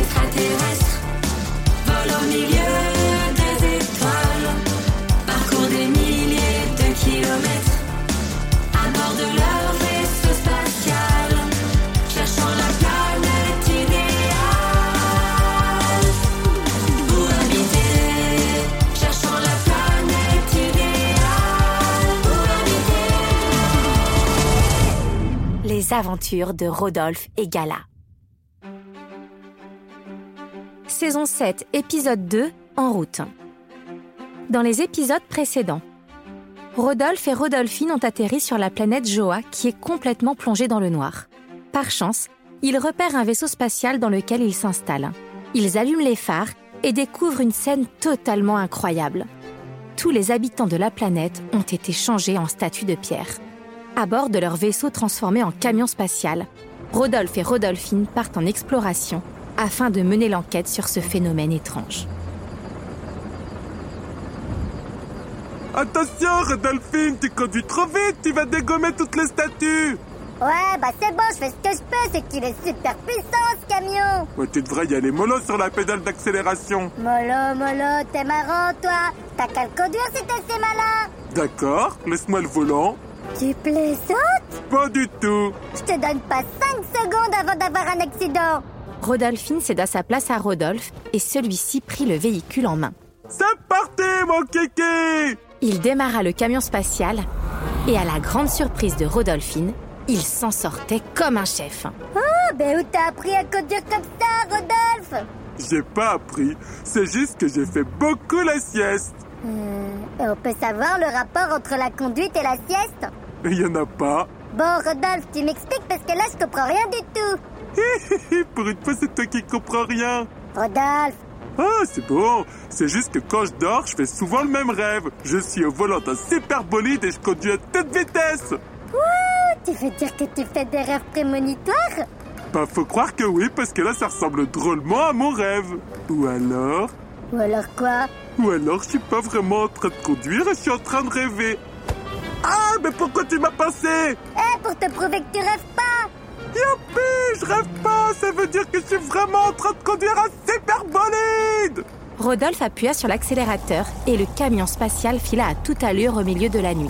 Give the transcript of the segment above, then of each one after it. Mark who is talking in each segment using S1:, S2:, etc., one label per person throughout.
S1: extraterrestres. Vol au milieu des étoiles. Parcours des milliers de kilomètres. À bord de leur vaisseau spatial. Cherchant la planète idéale. Pour habiter. Cherchant la planète idéale. Pour habiter.
S2: Les aventures de Rodolphe et Gala. Saison 7, épisode 2, En route. Dans les épisodes précédents, Rodolphe et Rodolphine ont atterri sur la planète Joa qui est complètement plongée dans le noir. Par chance, ils repèrent un vaisseau spatial dans lequel ils s'installent. Ils allument les phares et découvrent une scène totalement incroyable. Tous les habitants de la planète ont été changés en statues de pierre. À bord de leur vaisseau transformé en camion spatial, Rodolphe et Rodolphine partent en exploration afin de mener l'enquête sur ce phénomène étrange.
S3: Attention, Rodolphine, tu conduis trop vite, tu vas dégommer toutes les statues.
S4: Ouais, bah c'est bon, je fais ce que je peux, c'est qu'il est super puissant ce camion
S3: Ouais, tu devrais y aller mollo sur la pédale d'accélération.
S4: Molo, Molo, t'es marrant toi T'as qu'à le conduire si t'es si malin
S3: D'accord, laisse-moi le volant.
S4: Tu plaisantes
S3: Pas du tout.
S4: Je te donne pas 5 secondes avant d'avoir un accident
S2: Rodolphine céda sa place à Rodolphe et celui-ci prit le véhicule en main.
S3: C'est parti, mon kéké
S2: Il démarra le camion spatial et à la grande surprise de Rodolphine, il s'en sortait comme un chef.
S4: Ah ben où t'as appris à conduire comme ça, Rodolphe
S3: J'ai pas appris, c'est juste que j'ai fait beaucoup la sieste.
S4: Euh, et on peut savoir le rapport entre la conduite et la sieste
S3: Mais y en a pas.
S4: Bon, Rodolphe, tu m'expliques parce que là, je comprends rien du tout
S3: Pour une fois, c'est toi qui comprends rien.
S4: Rodolphe,
S3: Ah, c'est bon. C'est juste que quand je dors, je fais souvent le même rêve. Je suis au volant d'un super bolide et je conduis à toute vitesse.
S4: tu veux dire que tu fais des rêves prémonitoires
S3: Bah, faut croire que oui, parce que là, ça ressemble drôlement à mon rêve. Ou alors...
S4: Ou alors quoi
S3: Ou alors je suis pas vraiment en train de conduire et je suis en train de rêver. Ah, mais pourquoi tu m'as passé
S4: Eh, pour te prouver que tu rêves pas
S3: Youpi, je rêve pas, ça veut dire que je suis vraiment en train de conduire un super bolide
S2: Rodolphe appuya sur l'accélérateur et le camion spatial fila à toute allure au milieu de la nuit.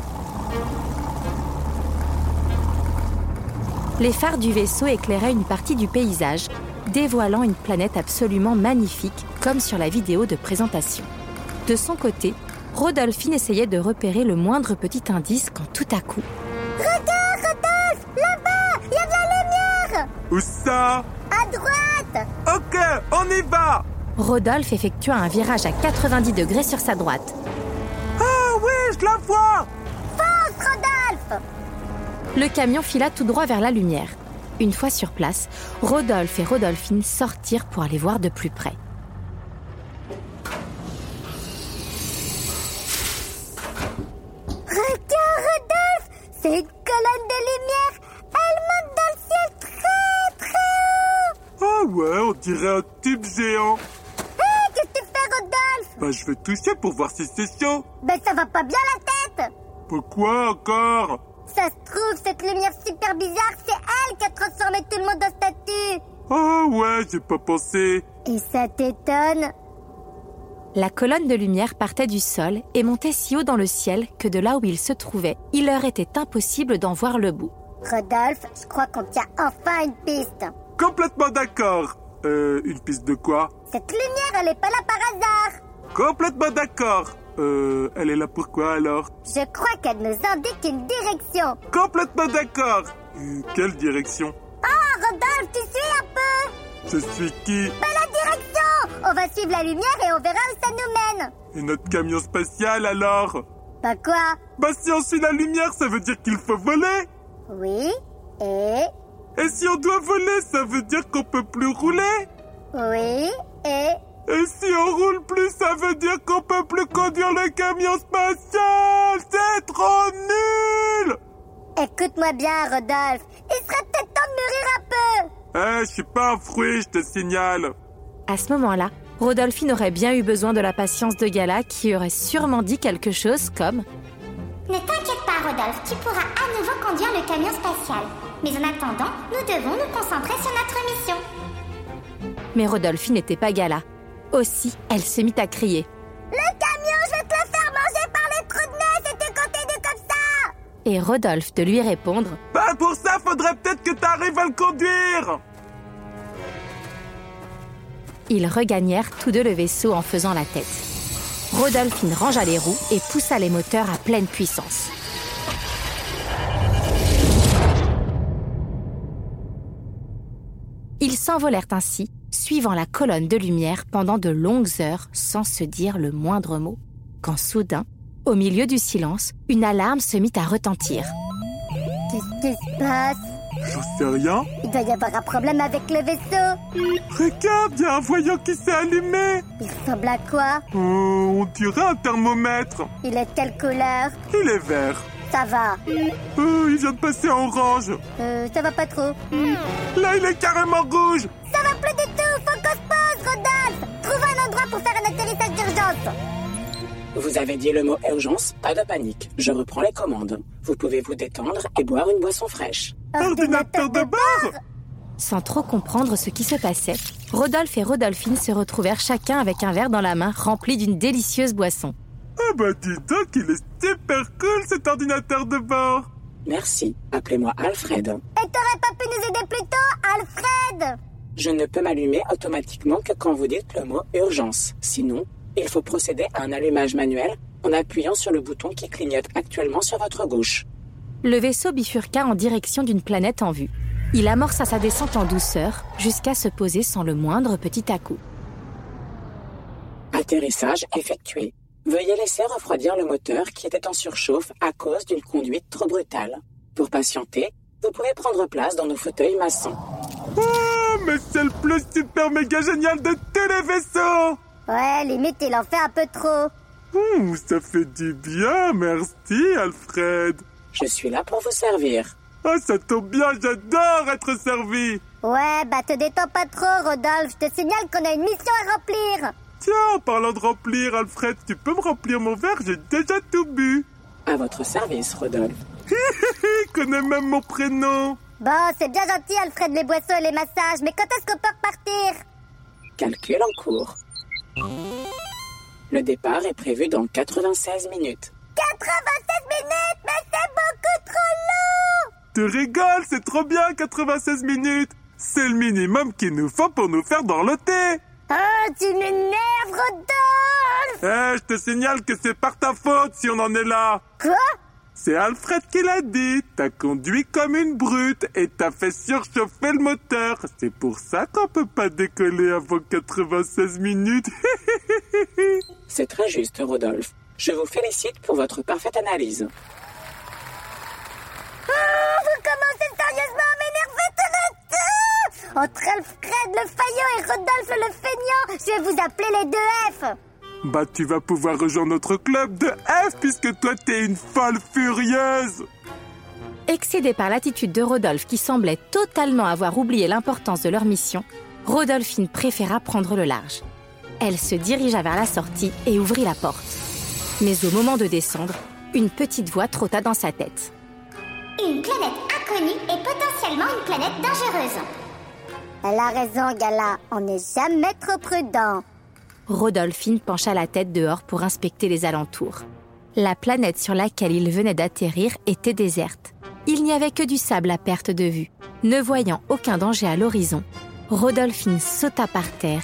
S2: Les phares du vaisseau éclairaient une partie du paysage, dévoilant une planète absolument magnifique, comme sur la vidéo de présentation. De son côté, Rodolphine essayait de repérer le moindre petit indice quand tout à coup,
S4: Regarde, Rodolphe Là-bas Il y a de la lumière
S3: Où ça
S4: À droite
S3: Ok, on y va
S2: Rodolphe effectua un virage à 90 degrés sur sa droite.
S3: Ah oui, je la vois
S4: Fonce, Rodolphe
S2: Le camion fila tout droit vers la lumière. Une fois sur place, Rodolphe et Rodolphine sortirent pour aller voir de plus près.
S4: Regarde, Rodolphe C'est une colonne de lumière Elle monte dans le ciel très, très haut
S3: Ah ouais, on dirait un tube géant.
S4: Hé, qu'est-ce que tu fais, Rodolphe
S3: Bah, je vais toucher pour voir si c'est chaud.
S4: Ben, ça va pas bien la tête
S3: Pourquoi encore
S4: Ça se trouve, cette lumière super bizarre, c'est elle qui a transformé tout le monde en statue
S3: Ah ouais, j'ai pas pensé.
S4: Et ça t'étonne
S2: La colonne de lumière partait du sol et montait si haut dans le ciel que de là où ils se trouvaient, il leur était impossible d'en voir le bout.
S4: Rodolphe, je crois qu'on tient enfin une piste.
S3: Complètement d'accord. Euh, une piste de quoi
S4: Cette lumière, elle est pas là par hasard.
S3: Complètement d'accord. Euh, elle est là pour quoi alors
S4: Je crois qu'elle nous indique une direction.
S3: Complètement d'accord. Euh, quelle direction
S4: Ah, Rodolphe, tu suis un peu
S3: Je suis qui
S4: Pas la direction On va suivre la lumière et on verra où ça nous mène.
S3: Et notre camion spatial alors
S4: Bah quoi
S3: Bah si on suit la lumière, ça veut dire qu'il faut voler
S4: Oui et
S3: Et si on doit voler, ça veut dire qu'on peut plus rouler
S4: oui et
S3: Et si on roule plus, ça veut dire qu'on peut plus conduire le camion spatial C'est trop nul
S4: écoute-moi bien, Rodolphe. Il serait peut-être temps de mûrir un peu.
S3: Eh, je suis pas un fruit, je te signale
S2: À ce moment-là, Rodolphine aurait bien eu besoin de la patience de Gala qui aurait sûrement dit quelque chose comme
S5: Ne t'inquiète pas, Rodolphe, tu pourras à nouveau conduire le camion spatial. Mais en attendant, nous devons nous concentrer sur notre mission.
S2: Mais Rodolphine n'était pas Gala. Aussi, elle se mit à crier.
S4: Le camion, je vais te le faire manger par les trous de nez. C'était compté de comme ça.
S2: Et Rodolphe de lui répondre
S3: Bah pour ça, faudrait peut-être que t'arrives à le conduire
S2: Ils regagnèrent tous deux le vaisseau en faisant la tête. Rodolphine rangea les roues et poussa les moteurs à pleine puissance. Ils s'envolèrent ainsi, suivant la colonne de lumière pendant de longues heures sans se dire le moindre mot, quand soudain, au milieu du silence, une alarme se mit à retentir.
S4: Qu'est-ce qui se passe
S3: J'en sais rien
S4: Il doit y avoir un problème avec le vaisseau.
S3: Regarde, il y a un voyant qui s'est allumé
S4: Il ressemble à quoi
S3: Euh, On dirait un thermomètre
S4: Il est de quelle couleur
S3: Il est vert
S4: Ça va.
S3: Euh, il vient de passer en orange
S4: Euh, ça va pas trop.
S3: Là, il est carrément rouge
S4: Ça va plus du tout, faut qu'on se pose, Rodolphe Trouve un endroit pour faire un atterrissage d'urgence
S6: Vous avez dit le mot urgence, pas de panique. Je reprends les commandes. Vous pouvez vous détendre et boire une boisson fraîche.
S3: Ordinateur de bord
S2: Sans trop comprendre ce qui se passait, Rodolphe et Rodolphine se retrouvèrent chacun avec un verre dans la main rempli d'une délicieuse boisson.
S3: Ah bah dis donc, il est super cool cet ordinateur de bord
S6: Merci. Appelez-moi Alfred.
S4: Et t'aurais pas pu nous aider plus tôt, Alfred
S6: Je ne peux m'allumer automatiquement que quand vous dites le mot urgence. Sinon, il faut procéder à un allumage manuel en appuyant sur le bouton qui clignote actuellement sur votre gauche.
S2: Le vaisseau bifurqua en direction d'une planète en vue. Il amorça sa descente en douceur jusqu'à se poser sans le moindre petit à-coup.
S6: Atterrissage effectué. Veuillez laisser refroidir le moteur qui était en surchauffe à cause d'une conduite trop brutale. Pour patienter, vous pouvez prendre place dans nos fauteuils maçons.
S3: Oh, mais c'est le plus super méga génial de tous les vaisseaux
S4: Ouais, limite, il en fait un peu trop.
S3: Hum, Ça fait du bien, merci Alfred
S6: Je suis là pour vous servir.
S3: Ah, ça tombe bien, j'adore être servi
S4: Ouais, bah te détends pas trop, Rodolphe. Je te signale qu'on a une mission à remplir.
S3: Tiens, en parlant de remplir, Alfred, tu peux me remplir mon verre J'ai déjà tout bu
S6: À votre service, Rodolphe.
S3: Il connaît même mon prénom
S4: Bon, c'est bien gentil, Alfred, les boissons et les massages, mais quand est-ce qu'on peut repartir
S6: Calcul en cours. Le départ est prévu dans 96 minutes.
S4: 96 minutes, mais c'est beaucoup trop long
S3: Tu rigoles, c'est trop bien, 96 minutes C'est le minimum qu'il nous faut pour nous faire dorloter
S4: Oh, tu m'énerves, Rodolphe
S3: Eh, je te signale que c'est par ta faute si on en est là
S4: Quoi
S3: C'est Alfred qui l'a dit. T'as conduit comme une brute et t'as fait surchauffer le moteur. C'est pour ça qu'on peut pas décoller avant 96 minutes.
S6: C'est très juste, Rodolphe. Je vous félicite pour votre parfaite analyse.
S4: Oh, vous commencez sérieusement à m'énerver tout le temps Entre Alfred le faillot et Rodolphe le feignant, je vais vous appeler les deux F
S3: bah, tu vas pouvoir rejoindre notre club de F puisque toi t'es une folle furieuse.
S2: Excédés par l'attitude de Rodolphe qui semblait totalement avoir oublié l'importance de leur mission, Rodolphine préféra prendre le large. Elle se dirigea vers la sortie et ouvrit la porte. Mais au moment de descendre, une petite voix trotta dans sa tête.
S5: Une planète inconnue et potentiellement une planète dangereuse.
S4: Elle a raison, Gala, on n'est jamais trop prudent.
S2: Rodolphine pencha la tête dehors pour inspecter les alentours. La planète sur laquelle ils venaient d'atterrir était déserte. Il n'y avait que du sable à perte de vue. Ne voyant aucun danger à l'horizon, Rodolphine sauta par terre,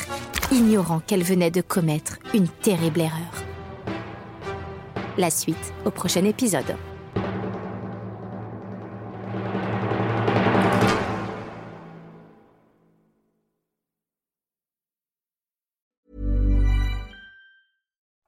S2: ignorant qu'elle venait de commettre une terrible erreur. La suite au prochain épisode.